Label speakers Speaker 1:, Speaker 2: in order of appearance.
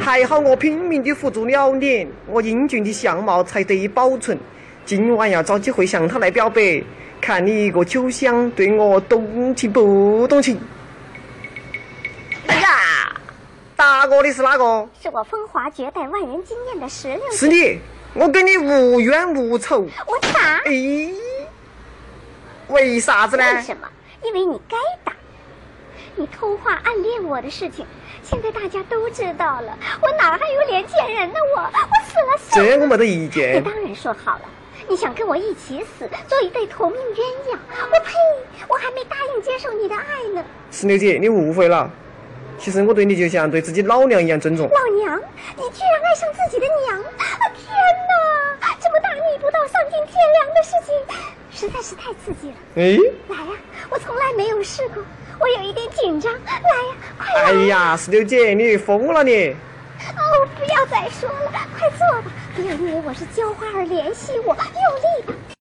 Speaker 1: 还好我拼命地扶住了脸，我英俊的相貌才得以保存。今晚要找机会向他来表白，看你一个酒香对我动情不动情？
Speaker 2: 哎呀，
Speaker 1: 打我的是哪个？
Speaker 2: 是我风华绝代、万人惊艳的石榴。
Speaker 1: 是你，我跟你无冤无仇。
Speaker 2: 我打。
Speaker 1: 哎，为啥子呢？
Speaker 2: 为什么？因为你该打。你偷画暗恋我的事情，现在大家都知道了，我哪还有脸见人呢？我我死了死了。
Speaker 1: 这我没得意见。
Speaker 2: 你当然说好了，你想跟我一起死，做一对同命鸳鸯。我呸！我还没答应接受你的爱呢。
Speaker 1: 石榴姐，你误会了。其实我对你就像对自己老娘一样尊重。
Speaker 2: 老娘，你居然爱上自己的娘！啊天哪，这么大逆不道、丧尽天良的事情，实在是太刺激了。
Speaker 1: 哎，
Speaker 2: 来呀、我从来没有试过，我有一点紧张。来呀、快来！
Speaker 1: 哎呀，石榴姐，你疯了你！
Speaker 2: 哦，不要再说了，快坐吧！不要因为我是浇花而怜惜我，用力吧！